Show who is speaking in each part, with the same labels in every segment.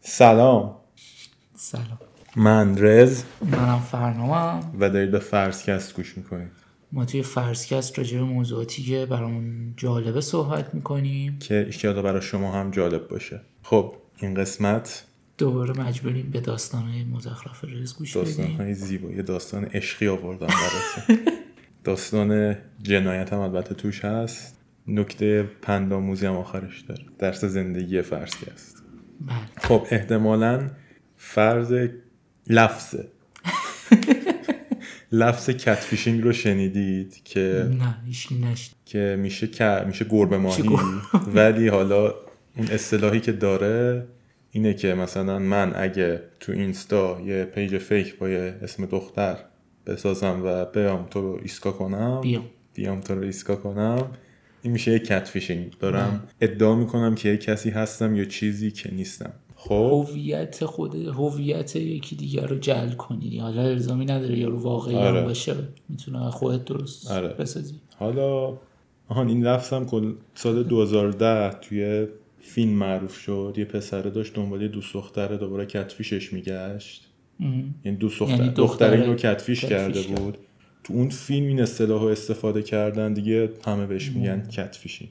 Speaker 1: سلام
Speaker 2: سلام
Speaker 1: من رز
Speaker 2: منم فرنامم
Speaker 1: و دارید به فرسکست گوش میکنید
Speaker 2: ما توی فرسکست راجع به موضوعاتی که برامون جالبه صحبت میکنیم
Speaker 1: که ایشالا برای شما هم جالب باشه خب این قسمت
Speaker 2: دوباره مجبوریم به داستانهای مزخرف رز گوش
Speaker 1: داستان
Speaker 2: بدیم
Speaker 1: های زیبا یه داستان عشقی آوردم براتون داستان جنایت هم البته توش هست نکته پنداموزی هم آخرش داره درس زندگی فرسکست
Speaker 2: بله
Speaker 1: خب احتمالا فرض لفظه لفظ کتفیشینگ رو شنیدید که
Speaker 2: نه هیچ نشد
Speaker 1: که میشه که میشه گربه ماهی
Speaker 2: میشه
Speaker 1: ولی حالا اون اصطلاحی که داره اینه که مثلا من اگه تو اینستا یه پیج فیک با یه اسم دختر بسازم و بیام تو رو ایسکا کنم
Speaker 2: بیام
Speaker 1: بیام تو رو ایسکا کنم این میشه یه کت فیشینگ دارم ادعا میکنم که یه کسی هستم یا چیزی که نیستم خب
Speaker 2: هویت خود هویت یکی دیگر رو جعل کنی حالا الزامی نداره یارو واقعی هم
Speaker 1: آره.
Speaker 2: باشه میتونه خودت درست
Speaker 1: آره.
Speaker 2: بسازی
Speaker 1: حالا آهان این لفظ هم کل سال 2010 توی فیلم معروف شد یه پسره داشت دنبال یه دوست دختره دوباره کتفیشش میگشت
Speaker 2: ام.
Speaker 1: یعنی دوست
Speaker 2: یعنی
Speaker 1: دختر یعنی
Speaker 2: دختره
Speaker 1: رو کتفیش,
Speaker 2: کتفیش
Speaker 1: کرده
Speaker 2: کرد.
Speaker 1: بود تو اون فیلم این اصطلاح رو استفاده کردن دیگه همه بهش میگن کتفیشی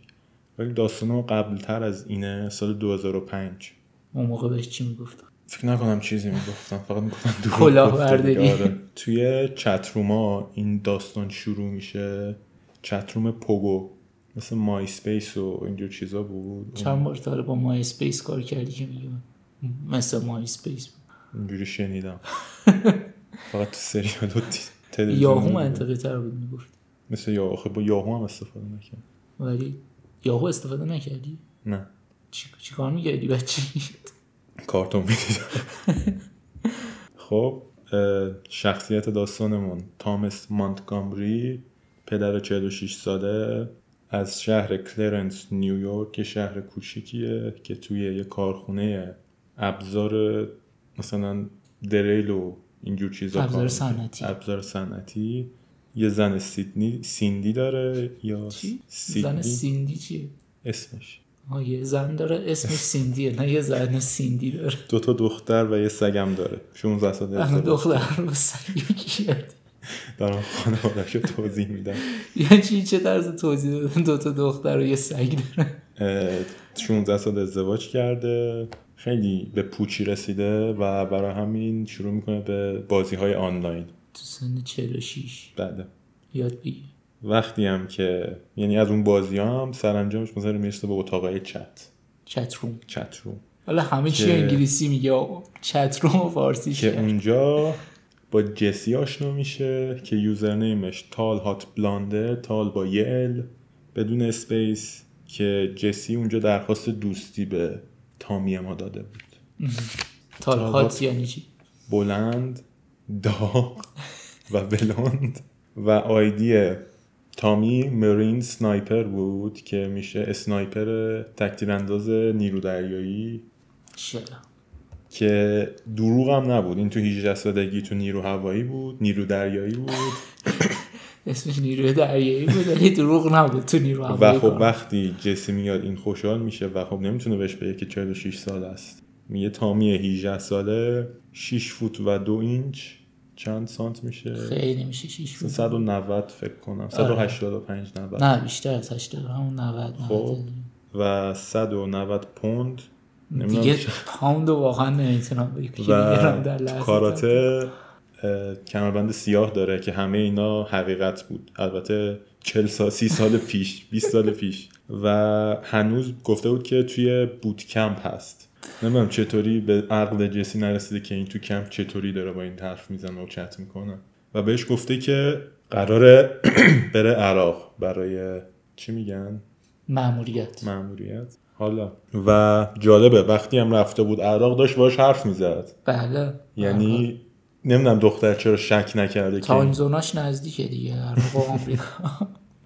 Speaker 1: ولی داستان ما قبلتر از اینه سال 2005
Speaker 2: اون موقع بهش چی میگفت
Speaker 1: فکر نکنم چیزی میگفتم فقط میگفتم دروغ
Speaker 2: کلاه
Speaker 1: گفته
Speaker 2: برداری.
Speaker 1: دیگه، آره. توی چتروما این داستان شروع میشه چتروم پوگو مثل مای اسپیس و اینجور چیزا بود
Speaker 2: چند بار تا حالا با مای اسپیس کار کردی که میگه من مثل مای اسپیس
Speaker 1: اینجوری شنیدم فقط تو سریال و تی- تلویزیون
Speaker 2: یاهو
Speaker 1: بود.
Speaker 2: منطقی تر بود میگفت
Speaker 1: مثل یاهو خب با یاهو هم استفاده نکرد
Speaker 2: ولی یاهو استفاده نکردی
Speaker 1: نه
Speaker 2: چی, چی کار میکردی بچه
Speaker 1: کارتون میدیدم خب اه، شخصیت داستانمون تامس مانتگامری پدر 46 ساله از شهر کلرنس نیویورک یه شهر کوچیکیه که توی یه کارخونه ابزار مثلا دریل و اینجور چیزا
Speaker 2: ابزار
Speaker 1: کار می‌کنه.
Speaker 2: صنعتی.
Speaker 1: ابزار صنعتی یه زن سیدنی سیندی داره یا
Speaker 2: چی؟ زن
Speaker 1: سیدنی
Speaker 2: سیندی چیه
Speaker 1: اسمش
Speaker 2: آه یه زن داره اسمش سیندیه نه یه زن سیندی داره
Speaker 1: دو تا دختر و یه سگم داره 16 ساله
Speaker 2: الان
Speaker 1: ازدواج
Speaker 2: دختر رو سگی کرد
Speaker 1: دارم خانوادش رو توضیح میدم
Speaker 2: یه چی چه طرز توضیح دادن دوتا دختر رو یه سگ داره
Speaker 1: اه، 16 سال ازدواج کرده خیلی به پوچی رسیده و برای همین شروع میکنه به بازی های آنلاین
Speaker 2: تو سن 46
Speaker 1: بله
Speaker 2: یاد بگیر
Speaker 1: وقتی هم که یعنی از اون بازی هم سرانجامش مثلا میرسه به اتاقای چت
Speaker 2: چت روم
Speaker 1: چت روم
Speaker 2: حالا همه چی
Speaker 1: که-
Speaker 2: انگلیسی میگه آقا. چت روم و فارسی
Speaker 1: که
Speaker 2: کرد
Speaker 1: اونجا با جسی آشنا میشه که یوزر نیمش تال هات بلانده تال با یه ال بدون اسپیس که جسی اونجا درخواست دوستی به تامی ما داده بود
Speaker 2: تالهات یعنی چی
Speaker 1: بلند داغ و بلند و آیدی تامی مرین سنایپر بود که میشه اسنایپر تکتیر انداز نیرو دریایی
Speaker 2: چرا
Speaker 1: که دروغ هم نبود این تو 18 سالگی تو نیرو هوایی بود نیرو دریایی بود
Speaker 2: اسمش نیروی دریایی بود ولی دروغ نبود تو نیرو
Speaker 1: و
Speaker 2: هوایی
Speaker 1: خب
Speaker 2: کار.
Speaker 1: وقتی جسی میاد این خوشحال میشه و خب نمیتونه بهش بگه که 46 سال است میگه تامی 18 ساله 6 فوت و 2 اینچ چند سانت میشه
Speaker 2: خیلی میشه شیش بود
Speaker 1: 190 فکر کنم 185 90
Speaker 2: آره. نه بیشتر از 80 همون 90
Speaker 1: خب و
Speaker 2: 90
Speaker 1: 190 پوند نمی‌دونم
Speaker 2: دیگه
Speaker 1: چه-
Speaker 2: پاوند رو واقعا نمیتونم بگیرم در
Speaker 1: و
Speaker 2: لحظه
Speaker 1: کاراته اه، کمربند سیاه داره که همه اینا حقیقت بود البته 40 سال 30 سال پیش 20 سال پیش و هنوز گفته بود که توی بوت کمپ هست نمیدونم چطوری به عقل جسی نرسیده که این تو کمپ چطوری داره با این حرف میزنه و چت میکنه و بهش گفته که قراره بره عراق برای چی میگن
Speaker 2: معمولیت
Speaker 1: ماموریت حالا و جالبه وقتی هم رفته بود عراق داشت باش حرف میزد
Speaker 2: بله
Speaker 1: یعنی نمیدونم دختر چرا شک نکرده
Speaker 2: تایم
Speaker 1: که
Speaker 2: زوناش نزدیکه دیگه عراق و آمریکا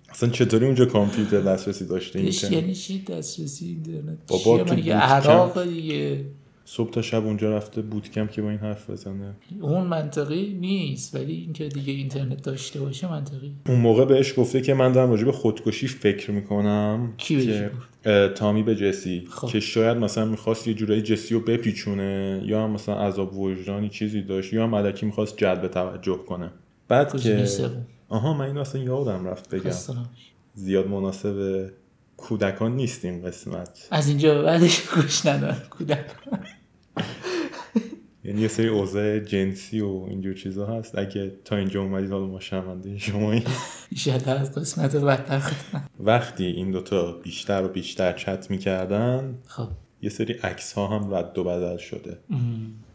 Speaker 1: اصلا چطوری اونجا کامپیوتر دسترسی داشته این
Speaker 2: بهش یعنی چی دسترسی اینترنت
Speaker 1: بابا
Speaker 2: چیه
Speaker 1: تو
Speaker 2: مگه
Speaker 1: bootcamp.
Speaker 2: عراق دیگه
Speaker 1: صبح تا شب اونجا رفته بودکم که با این حرف بزنه
Speaker 2: اون منطقی نیست ولی اینکه دیگه اینترنت داشته باشه منطقی
Speaker 1: اون موقع بهش گفته که من دارم راجع به خودکشی فکر میکنم
Speaker 2: کی بهش
Speaker 1: که
Speaker 2: گفت؟
Speaker 1: اه، تامی به جسی
Speaker 2: خب.
Speaker 1: که شاید مثلا میخواست یه جورایی جسی رو بپیچونه یا هم مثلا عذاب وجدانی چیزی داشت یا هم علکی میخواست جلب توجه کنه بعد
Speaker 2: گزینه
Speaker 1: که
Speaker 2: سوم
Speaker 1: آها من این اصلا یادم رفت بگم
Speaker 2: خسته نباشی.
Speaker 1: زیاد مناسب کودکان نیست این قسمت
Speaker 2: از اینجا به بعدش گوش نداد کودک
Speaker 1: یعنی یه سری اوضاع جنسی و اینجور چیزا هست اگه تا اینجا اومدید حالا ما شرمنده شما
Speaker 2: ایشالله از قسمت بدتر خ-
Speaker 1: وقتی این دوتا بیشتر و بیشتر چت میکردن
Speaker 2: خب
Speaker 1: یه سری عکس ها هم رد و بدل شده
Speaker 2: مم.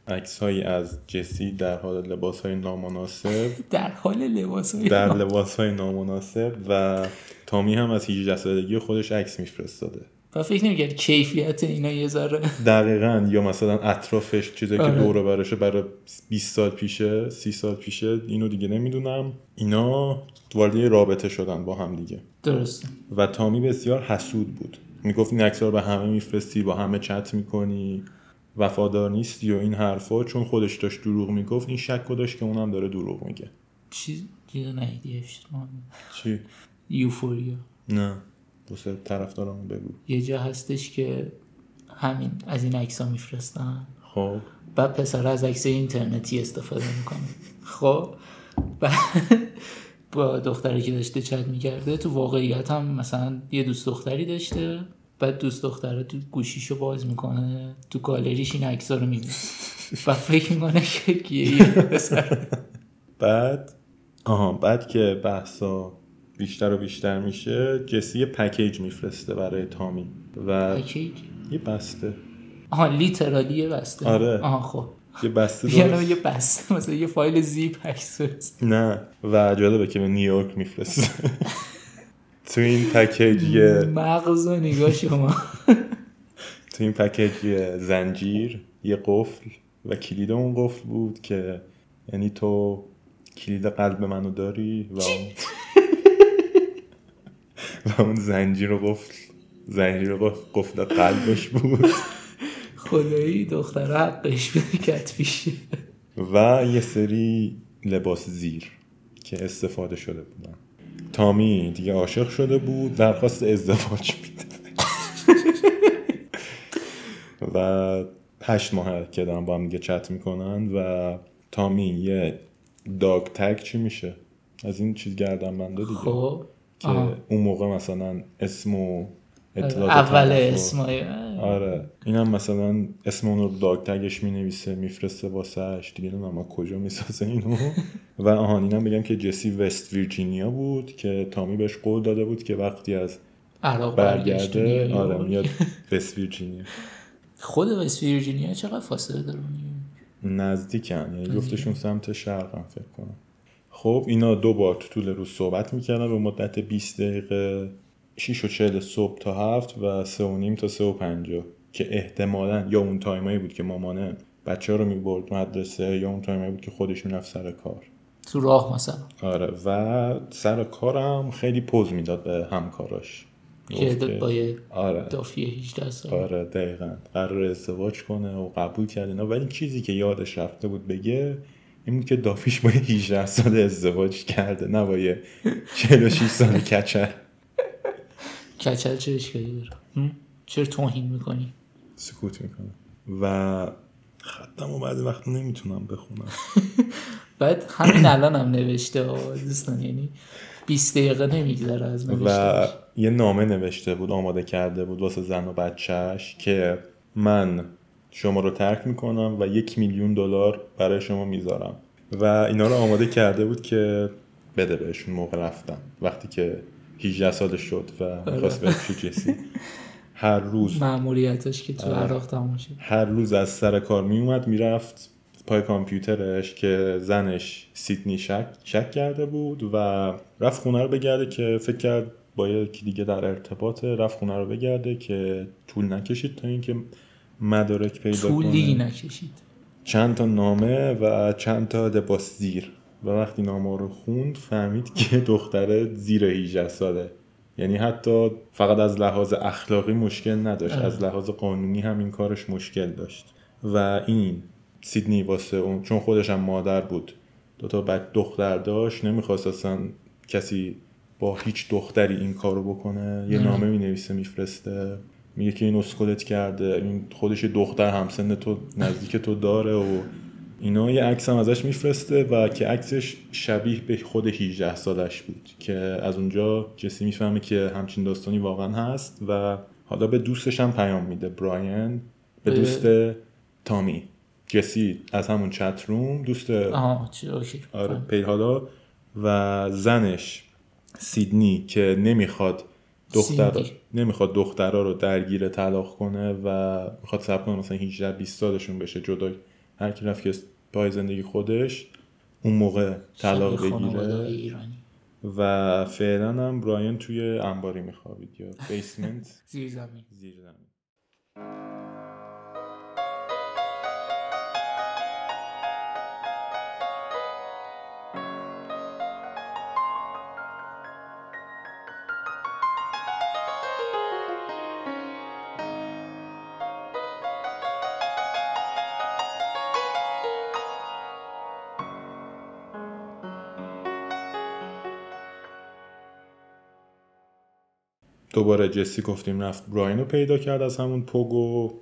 Speaker 1: عکس هایی از جسی در حال لباس های نامناسب
Speaker 2: در حال لباس های
Speaker 1: در لباس های نامناسب و تامی هم از 18 سالگی خودش عکس میفرستاده
Speaker 2: و فکر نمیکرد کیفیت اینا یه ذره
Speaker 1: دقیقا یا مثلا اطرافش چیزایی که
Speaker 2: آره.
Speaker 1: دور و برشه برای 20 سال پیشه 30 سال پیشه اینو دیگه نمیدونم اینا وارد یه رابطه شدن با هم دیگه
Speaker 2: درست
Speaker 1: و تامی بسیار حسود بود میگفت این عکس‌ها رو به همه میفرستی با همه چت میکنی وفادار نیستی و این حرفا چون خودش داشت دروغ میگفت این شک رو داشت که اونم داره دروغ میگه
Speaker 2: چیز چیز نهیدی اجتماعی.
Speaker 1: چی
Speaker 2: یوفوریا
Speaker 1: نه واسه طرفدارامون بگو
Speaker 2: یه جا هستش که همین از این عکس ها میفرستن
Speaker 1: خب
Speaker 2: و پسر از عکس اینترنتی استفاده میکنه خب و با دختری که داشته چت میکرده تو واقعیت هم مثلا یه دوست دختری داشته بعد دوست دختره تو گوشیشو باز میکنه تو گالریش این عکس رو میبینه و فکر میکنه که کیه یه پسر
Speaker 1: بعد آها بعد که بحثا بیشتر و بیشتر میشه جسی یه پکیج میفرسته برای تامی و
Speaker 2: اوکی.
Speaker 1: یه بسته
Speaker 2: آها لیترالی بسته
Speaker 1: آره.
Speaker 2: آها خب
Speaker 1: یه بسته
Speaker 2: یعنی
Speaker 1: درست
Speaker 2: یه بسته مثلا یه فایل زیپ عکس فرست.
Speaker 1: نه و جالبه که به نیویورک میفرسته تو این پکیج یه
Speaker 2: مغز و نگاه شما
Speaker 1: تو این پکیج یه زنجیر یه قفل و کلید اون قفل بود که یعنی تو کلید قلب منو داری و اون و اون زنجیر و قفل زنجیر و قفل, قفل قلبش بود
Speaker 2: خدایی دختره حقش بده کتفیشه
Speaker 1: و یه سری لباس زیر که استفاده شده بودن تامی دیگه عاشق شده بود درخواست ازدواج میده و هشت ماه که دارن با هم دیگه چت میکنن و تامی یه داگ تگ چی میشه از این چیز گردن بنده دیگه
Speaker 2: خب
Speaker 1: که
Speaker 2: آها.
Speaker 1: اون موقع مثلا اسم و اطلاعات
Speaker 2: اول
Speaker 1: طرف و-
Speaker 2: اسمای
Speaker 1: آره اینم مثلا اسم اون رو داگ تگش می نویسه میفرسته واسهش دیگه نمیدونم از کجا میسازه اینو و آهان اینم بگم که جسی وست ویرجینیا بود که تامی بهش قول داده بود که وقتی از
Speaker 2: عراق برگشت
Speaker 1: برگرده
Speaker 2: نیویورک.
Speaker 1: آره میاد وست ویرجینیا
Speaker 2: خود وست ویرجینیا چقدر فاصله داره با نیویورک؟
Speaker 1: نزدیکن یعنی گفتشون سمت شرقم فکر کنم خب اینا دو بار تو طول روز صحبت میکردن به مدت 20 دقیقه 6 و 40 صبح تا 7 و 3 و نیم تا 3 و 50 که احتمالا یا اون تایمایی بود که مامانه بچه ها رو میبرد مدرسه یا اون تایمایی بود که خودشون رفت سر کار
Speaker 2: تو راه مثلا
Speaker 1: آره و سر کارم خیلی پوز میداد به همکاراش
Speaker 2: که
Speaker 1: گفت که-
Speaker 2: با یه
Speaker 1: آره
Speaker 2: دافیه 18 سال
Speaker 1: آره دقیقا قرار ازدواج کنه و قبول کرد اینا ولی چیزی که یادش رفته بود بگه این بود که دافیش با یه 18 سال ازدواج کرده نه با یه 46 سال کچل
Speaker 2: کچل چه اشکالی داره هم؟ چرا توهین میکنی
Speaker 1: سکوت میکنه و خطم و بعد وقت نمیتونم بخونم
Speaker 2: بعد همین الان هم نوشته آه، دوستان یعنی 20 دقیقه نمیگذره از
Speaker 1: و
Speaker 2: نوشته
Speaker 1: یه نامه نوشته بود آماده کرده بود واسه زن و بچهش که من شما رو ترک میکنم و یک میلیون دلار برای شما میذارم و اینا رو آماده کرده بود که بده بهشون موقع رفتن وقتی که 18 سالش شد و میخواست بهش جسی هر روز
Speaker 2: معمولیتش که
Speaker 1: آره.
Speaker 2: تو عراق تموم شد
Speaker 1: هر روز از سر کار میومد میرفت پای کامپیوترش که زنش سیدنی شک, شک کرده بود و رفت خونه رو بگرده که فکر کرد با یکی دیگه در ارتباطه رفت خونه رو بگرده که طول نکشید تا اینکه مدارک پیدا
Speaker 2: طولی
Speaker 1: کنه
Speaker 2: نکشید
Speaker 1: چند تا نامه و چند تا لباس زیر و وقتی نامه رو خوند فهمید که دختره زیر 18 ساله یعنی حتی فقط از لحاظ اخلاقی مشکل نداشت از لحاظ قانونی هم این کارش مشکل داشت و این سیدنی واسه اون چون خودش هم مادر بود دو تا بچه دختر داشت نمیخواست اصلا کسی با هیچ دختری این کارو بکنه یه
Speaker 2: ام.
Speaker 1: نامه می نویسه میفرسته میگه که این اسکلت کرده این خودش یه دختر همسن تو نزدیک تو داره و اینا یه عکس هم ازش میفرسته و که عکسش شبیه به خود 18 سالش بود که از اونجا جسی میفهمه که همچین داستانی واقعا هست و حالا به دوستش هم پیام میده براین به
Speaker 2: به-
Speaker 1: دوست تامی جسی از همون چت روم دوست
Speaker 2: آها چی اوکی خب.
Speaker 1: آره پیرهالا و زنش سیدنی که نمیخواد دختر
Speaker 2: سیدنی.
Speaker 1: نمیخواد دخترها رو درگیر طلاق کنه و میخواد صبر کنه مثلا 18 20 سالشون بشه جدا هر کی رفت که پای زندگی خودش اون موقع طلاق
Speaker 2: شبیه خانواده
Speaker 1: بگیره
Speaker 2: ایرانی
Speaker 1: و فعلا هم برایان توی انباری میخوابید یا بیسمنت
Speaker 2: زیر زمین
Speaker 1: زیر زمین دوباره جسی گفتیم رفت براین رو پیدا کرد از همون پوگو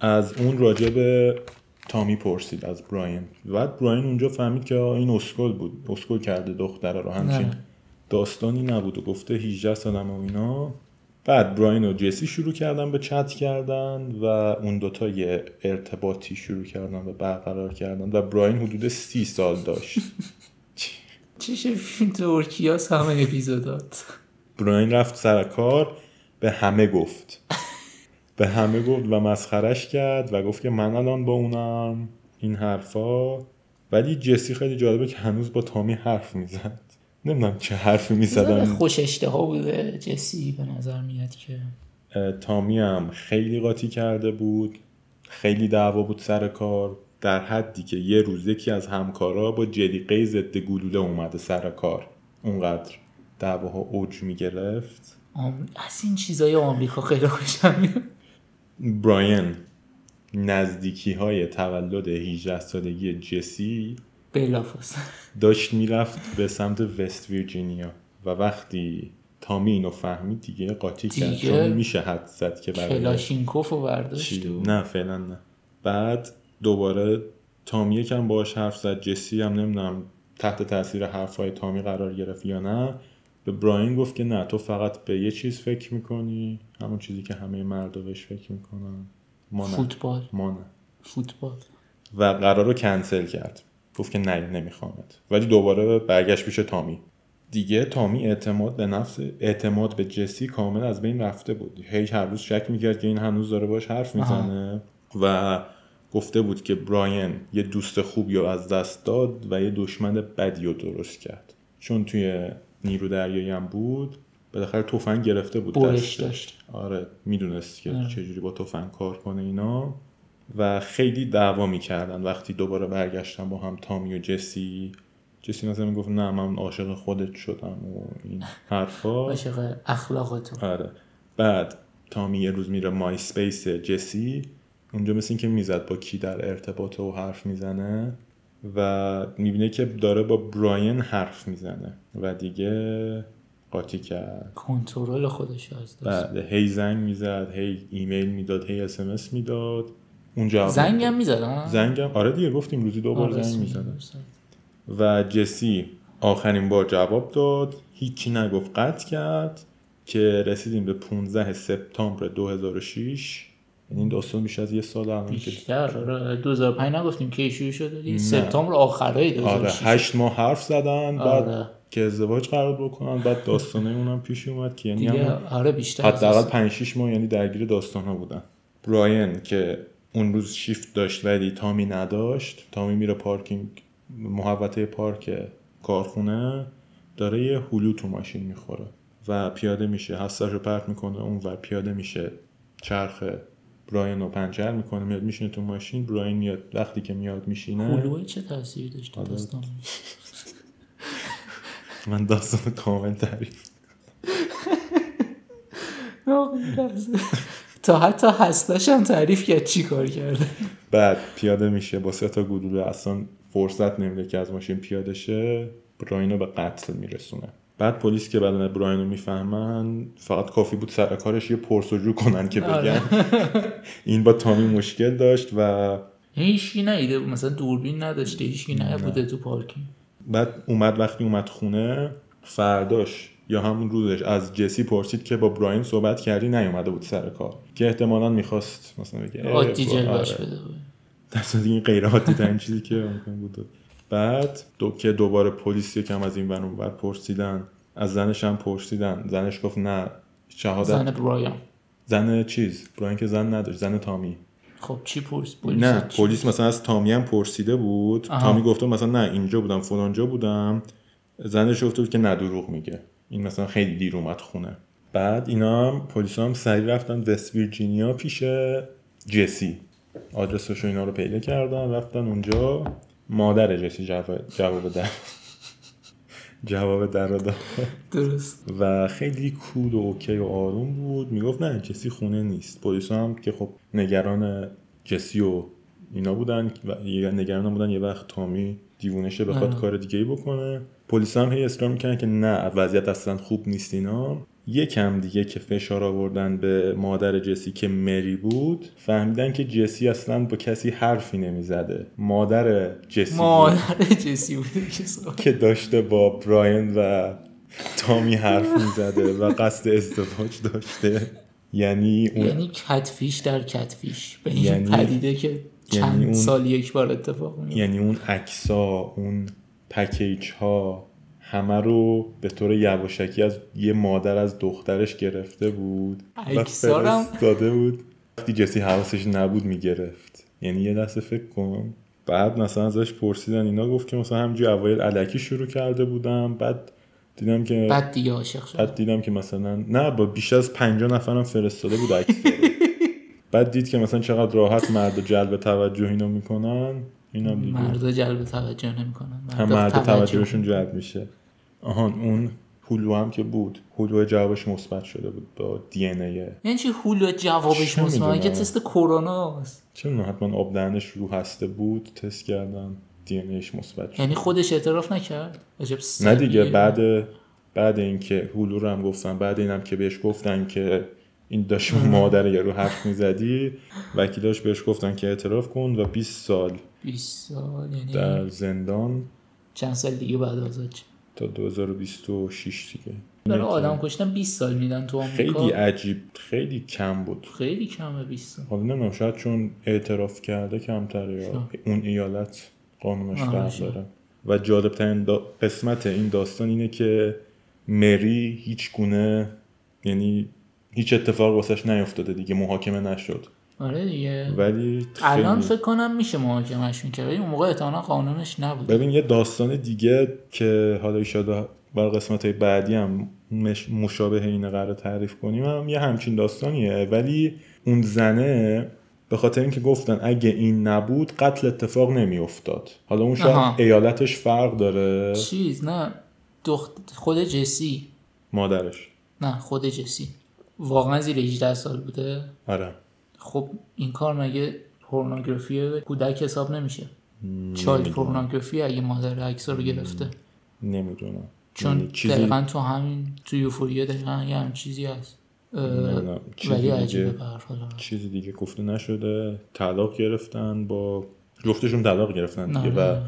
Speaker 1: از اون راجع به تامی پرسید از براین بعد براین اونجا فهمید که آه، این اسکل بود اسکل کرده دختره رو همچین
Speaker 2: نه.
Speaker 1: داستانی نبود و گفته 18 سالم و اینا بعد براین و جسی شروع کردن به چت کردن و اون دوتا یه ارتباطی شروع کردن و برقرار کردن و براین حدود سی سال داشت
Speaker 2: چه شبیه فیلم ترکیاس همه اپیزودات
Speaker 1: براین رفت سر کار به همه گفت به همه گفت و مسخرش کرد و گفت که من الان با اونم این حرفا ولی جسی خیلی جالبه که هنوز با تامی حرف میزد نمیدونم چه حرفی
Speaker 2: زن
Speaker 1: میزدن
Speaker 2: خوش اشتها بوده جسی به نظر میاد که
Speaker 1: تامی هم خیلی قاطی کرده بود خیلی دعوا بود سر کار در حدی که یه روز یکی از همکارا با جلیقه ضد گلوله اومده سر کار اونقدر دعواها اوج میگرفت
Speaker 2: آم... از این چیزای آمریکا خیلی خوشم میاد
Speaker 1: براین نزدیکی های تولد 18 سالگی جسی
Speaker 2: بلافاصله
Speaker 1: داشت میرفت به سمت وست ویرجینیا و وقتی تامی اینو فهمید دیگه قاطی کرد
Speaker 2: دیگه؟
Speaker 1: چون میشه حد زد که برای
Speaker 2: کلاشینکوف رو برداشت
Speaker 1: بله. چی؟
Speaker 2: و
Speaker 1: نه فعلا نه بعد دوباره تامی یکم باهاش حرف زد جسی هم نمیدونم تحت تاثیر حرفهای تامی قرار گرفت یا نه به براین گفت که نه تو فقط به یه چیز فکر میکنی همون چیزی که همه مردا بهش فکر میکنن ما نه.
Speaker 2: فوتبال
Speaker 1: ما نه.
Speaker 2: فوتبال
Speaker 1: و قرار رو کنسل کرد گفت که نه نمیخوامت ولی دوباره برگشت پیش تامی دیگه تامی اعتماد به نفس اعتماد به جسی کامل از بین رفته بود هی هر روز شک میکرد که این هنوز داره باش حرف میزنه و گفته بود که براین یه دوست خوبی رو از دست داد و یه دشمن بدی رو درست کرد چون توی نیرو دریایی هم بود بالاخره تفنگ گرفته بود
Speaker 2: برش
Speaker 1: دستش.
Speaker 2: داشت
Speaker 1: آره میدونست که چجوری با تفنگ کار کنه اینا و خیلی دعوا میکردن وقتی دوباره برگشتن با هم تامی و جسی جسی مثلا میگفت نه من عاشق خودت شدم و این حرفا
Speaker 2: عاشق اخلاق تو
Speaker 1: آره بعد تامی یه روز میره مای سپیس جسی اونجا مثل اینکه میزد با کی در ارتباط و حرف میزنه و میبینه که داره با براین حرف میزنه و دیگه قاطی کرد
Speaker 2: کنترل خودش رو از دست
Speaker 1: بعد هی زنگ میزد هی ایمیل میداد هی اس ام اس میداد اون جواب
Speaker 2: زنگ
Speaker 1: میداد.
Speaker 2: هم میزدن
Speaker 1: زنگم آره دیگه گفتیم روزی دو بار زنگ میزدن و جسی آخرین بار جواب داد هیچی نگفت قطع کرد که رسیدیم به 15 سپتامبر 2006 یعنی این داستان بیش از یه سال الان که
Speaker 2: بیشتر آره 2005 نگفتیم کی شروع شده دیگه سپتامبر آخرای
Speaker 1: آره
Speaker 2: 2006
Speaker 1: هشت ماه حرف زدن بعد
Speaker 2: آره.
Speaker 1: که ازدواج قرار بکنن بعد داستانه اونم پیش اومد که یعنی همون
Speaker 2: دیگه آره بیشتر از
Speaker 1: حداقل
Speaker 2: این.
Speaker 1: 5 6 ماه یعنی درگیر داستان ها بودن براین که اون روز شیفت داشت ولی تامی نداشت تامی میره پارکینگ محوطه پارک کارخونه داره یه هلو تو ماشین میخوره و پیاده میشه هستش رو پرت میکنه اون و پیاده میشه چرخ براین رو پنچر میکنه میاد میشینه تو ماشین براین میاد وقتی که میاد میشینه
Speaker 2: هلوه چه تاثیر داشت
Speaker 1: آره.
Speaker 2: تو داستان
Speaker 1: من داستان کامل تعریف
Speaker 2: اون لحظه تا حتی هستش هم تعریف کرد چی کار کرده
Speaker 1: بعد پیاده میشه با سه تا گلوله اصلا فرصت نمیده که از ماشین پیاده شه براین رو به قتل میرسونه بعد پلیس که بدن براین رو میفهمن فقط کافی بود سر کارش یه پرسجو کنن که بگن
Speaker 2: آره.
Speaker 1: این با تامی مشکل داشت و
Speaker 2: هیچکی نیده مثلا دوربین نداشته هیچکی نبوده تو پارکینگ
Speaker 1: بعد اومد وقتی اومد خونه فرداش یا همون روزش از جسی پرسید که با براین صحبت کردی نیومده بود سر کار که احتمالا میخواست مثلا بگه اه،
Speaker 2: عادی
Speaker 1: با-
Speaker 2: جلوش
Speaker 1: آره.
Speaker 2: بده بود.
Speaker 1: در صورتی که این غیر عادی ترین چیزی که ممکن بود بعد دو که دوباره پلیس یکم از این ور اون ور پرسیدن از زنش هم پرسیدن زنش گفت نه شهادت
Speaker 2: زن
Speaker 1: زن,
Speaker 2: برایان
Speaker 1: چیز براین که زن نداشت زن تامی
Speaker 2: خب چی پرس پلیس
Speaker 1: نه
Speaker 2: چی؟
Speaker 1: پلیس مثلا از تامی هم پرسیده بود
Speaker 2: آها.
Speaker 1: تامی گفته مثلا نه اینجا بودم فلانجا بودم زنش گفته بود که نه دروغ میگه این مثلا خیلی دیر اومد خونه بعد اینا هم پلیس هم سریع رفتن وست ویرجینیا پیش جسی آدرسش و اینا رو پیدا کردن رفتن اونجا مادر جسی جواب, جواب در جواب در رو داد.
Speaker 2: درست
Speaker 1: و خیلی کول و اوکی و آروم بود میگفت نه جسی خونه نیست پلیس هم که خب نگران جسی و اینا بودن و یه- نگران هم بودن یه وقت تامی دیوونشه بخواد
Speaker 2: آه.
Speaker 1: کار دیگه ای بکنه پلیس هم هی اصرار میکنن که نه وضعیت اصلا خوب نیست اینا یکم دیگه که فشار آوردن به مادر جسی که مری بود فهمیدن که جسی اصلا با کسی حرفی نمیزده مادر جسی بود
Speaker 2: مادر جسی بوده که صاحب-
Speaker 1: که داشته با براین و تامی حرف میزده و قصد ازدواج داشته یعنی اون
Speaker 2: یعنی کتفیش در کتفیش به این
Speaker 1: یعنی-
Speaker 2: پدیده که
Speaker 1: یعنی
Speaker 2: چند
Speaker 1: اون-
Speaker 2: سال یک بار اتفاق میفته
Speaker 1: یعنی اون عکسا اون پکیج ها همه رو به طور یواشکی از یه مادر از دخترش گرفته بود و
Speaker 2: عکس‌ها رو-
Speaker 1: فرستاده بود وقتی جسی حواسش نبود میگرفت یعنی یه لحظه فکر کن بعد مثلا ازش پرسیدن اینا گفت که مثلا همجوری اوایل علکی شروع کرده بودم بعد دیدم که
Speaker 2: بعد دیگه عاشق شد
Speaker 1: خب. بعد دیدم که مثلا نه با بیش از 50 نفرم فرستاده بود عکس رو. بعد دید که مثلا چقدر راحت مرد جلب توجه اینو میکنن اینم دیگه
Speaker 2: مردا جلب توجه نمیکنن
Speaker 1: هم مرد توجهشون جلب میشه آهان اون هلو هم که بود هلو جوابش مثبت شده بود با دی ان ای
Speaker 2: یعنی چی هول جوابش
Speaker 1: چه
Speaker 2: مثلا که
Speaker 1: می‌دونم؟
Speaker 2: تست کرونا است
Speaker 1: چه می‌دونم، حتما آب دهنش رو هسته بود تست کردن دی ان ایش مثبت شد
Speaker 2: یعنی خودش اعتراف نکرد عجب
Speaker 1: نه دیگه
Speaker 2: سگیه.
Speaker 1: بعد بعد اینکه هلو رو هم گفتن بعد اینم که بهش گفتن که این داشت با مادر یارو حرف میزدی وکیلاش بهش گفتن که اعتراف کن و 20 سال
Speaker 2: 20 سال یعنی
Speaker 1: در زندان
Speaker 2: چند سال دیگه بعد آزاد شد
Speaker 1: تا 2026 دیگه
Speaker 2: برای آدم کشتن 20 سال میدن تو آمریکا
Speaker 1: خیلی
Speaker 2: خیلی
Speaker 1: عجیب خیلی کم بود
Speaker 2: خیلی کمه 20 سال
Speaker 1: حالا خب نمیدونم شاید چون اعتراف کرده کمتره یا اون ایالت قانونش
Speaker 2: آه،
Speaker 1: فرق
Speaker 2: شاید.
Speaker 1: داره و جالب ترین قسمت این داستان اینه که مری هیچ گونه یعنی هیچ اتفاق واسش نیفتاده دیگه محاکمه نشد
Speaker 2: آره دیگه
Speaker 1: ولی
Speaker 2: الان
Speaker 1: خیلی-
Speaker 2: فکر کنم میشه محاکمشون کرد ولی اون موقع احتمالاً قانونش نبود
Speaker 1: ببین یه داستان دیگه که حالا ایشالا بر قسمت بعدی هم مش- مشابه اینه قرار تعریف کنیم هم یه همچین داستانیه ولی اون زنه به خاطر اینکه گفتن اگه این نبود قتل اتفاق نمیافتاد حالا اون شاید
Speaker 2: آها.
Speaker 1: ایالتش فرق داره
Speaker 2: چیز نه دخت خود جسی
Speaker 1: مادرش
Speaker 2: نه خود جسی واقعا زیر 18 سال بوده
Speaker 1: آره
Speaker 2: خب این کار مگه پورنوگرافی کودک حساب نمیشه چایلد پورنوگرافی اگه مادر عکس رو گرفته
Speaker 1: نمیدونم
Speaker 2: چون
Speaker 1: یعنی چیزی
Speaker 2: دقیقا تو همین تو یوفوریا دقیقا یه هم چیزی هست اه،
Speaker 1: نمیدونم. چیزی
Speaker 2: ولی
Speaker 1: دیگه-
Speaker 2: عجیبه به هر حال.
Speaker 1: چیزی دیگه گفته نشده طلاق گرفتن با جفتشون طلاق گرفتن
Speaker 2: نه،
Speaker 1: دیگه
Speaker 2: نه،
Speaker 1: و
Speaker 2: نه.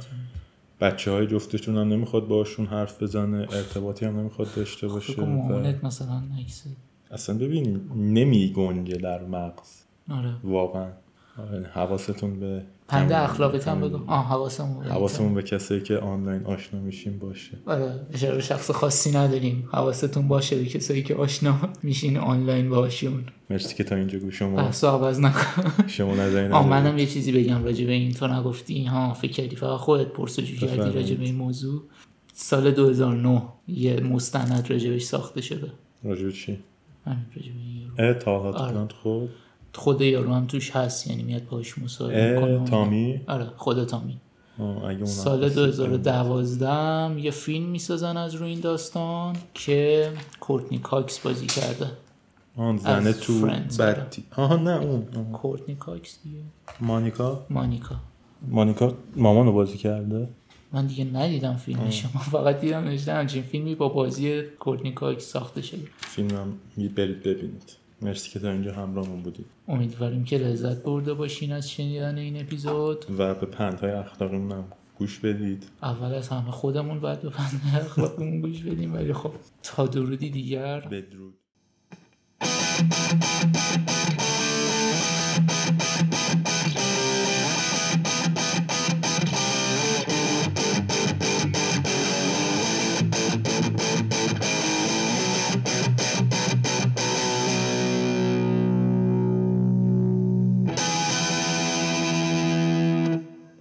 Speaker 1: بچه های جفتشون هم نمیخواد باشون حرف بزنه ارتباطی هم نمیخواد داشته
Speaker 2: فکر
Speaker 1: باشه
Speaker 2: کن
Speaker 1: و
Speaker 2: مامانت مثلا عکس
Speaker 1: اصلا ببین نمی گنجه در مغز
Speaker 2: آره
Speaker 1: واقعا آره، حواستون به
Speaker 2: پنده
Speaker 1: همین-
Speaker 2: اخلاقیت هم
Speaker 1: همین.
Speaker 2: بگم آه حواسم بود.
Speaker 1: حواسمون به کسایی که آنلاین آشنا میشیم باشه
Speaker 2: آره اشاره شخص خاصی نداریم حواستون باشه به کسایی که آشنا میشین آنلاین باشون
Speaker 1: مرسی که تا اینجا گوش شما
Speaker 2: بحث عوض نکن
Speaker 1: شما نظری
Speaker 2: بله. آه
Speaker 1: ندارید
Speaker 2: منم یه چیزی بگم راجع به این تو نگفتی ها فکر کردی فقط خودت پرسجو کردی
Speaker 1: بفرمایید.
Speaker 2: راجع به این موضوع سال 2009 یه مستند راجبش ساخته شده
Speaker 1: راجع به چی
Speaker 2: همین راجع به این یارو.
Speaker 1: اه تاهات
Speaker 2: آره.
Speaker 1: بلند خود
Speaker 2: خود یارو هم توش هست یعنی میاد باش مصاحبه
Speaker 1: اه
Speaker 2: میکنه
Speaker 1: تامی
Speaker 2: آره خود تامی
Speaker 1: آه، اگه اونم
Speaker 2: سال
Speaker 1: هست.
Speaker 2: 2012 یه فیلم میسازن از روی این داستان که کورتنی کاکس بازی کرده
Speaker 1: آن زنه
Speaker 2: از
Speaker 1: تو
Speaker 2: Friends آره.
Speaker 1: بدی آها نه اون اون.
Speaker 2: کورتنی کاکس دیگه
Speaker 1: مانیکا
Speaker 2: مانیکا
Speaker 1: مانیکا مامانو بازی کرده
Speaker 2: من دیگه ندیدم فیلمش من فقط دیدم نوشته همچین فیلمی با بازی کورتنی کاکس ساخته شده
Speaker 1: فیلمم می برید ببینید مرسی که تا اینجا همراهمون بودید
Speaker 2: امیدواریم که لذت برده باشین از شنیدن این اپیزود
Speaker 1: و به پندهای اخلاقیمون هم گوش بدید
Speaker 2: اول از همه خودمون باید به بند اخلاقمون گوش بدیم ولی خب تا درودی دیگر
Speaker 1: بدرود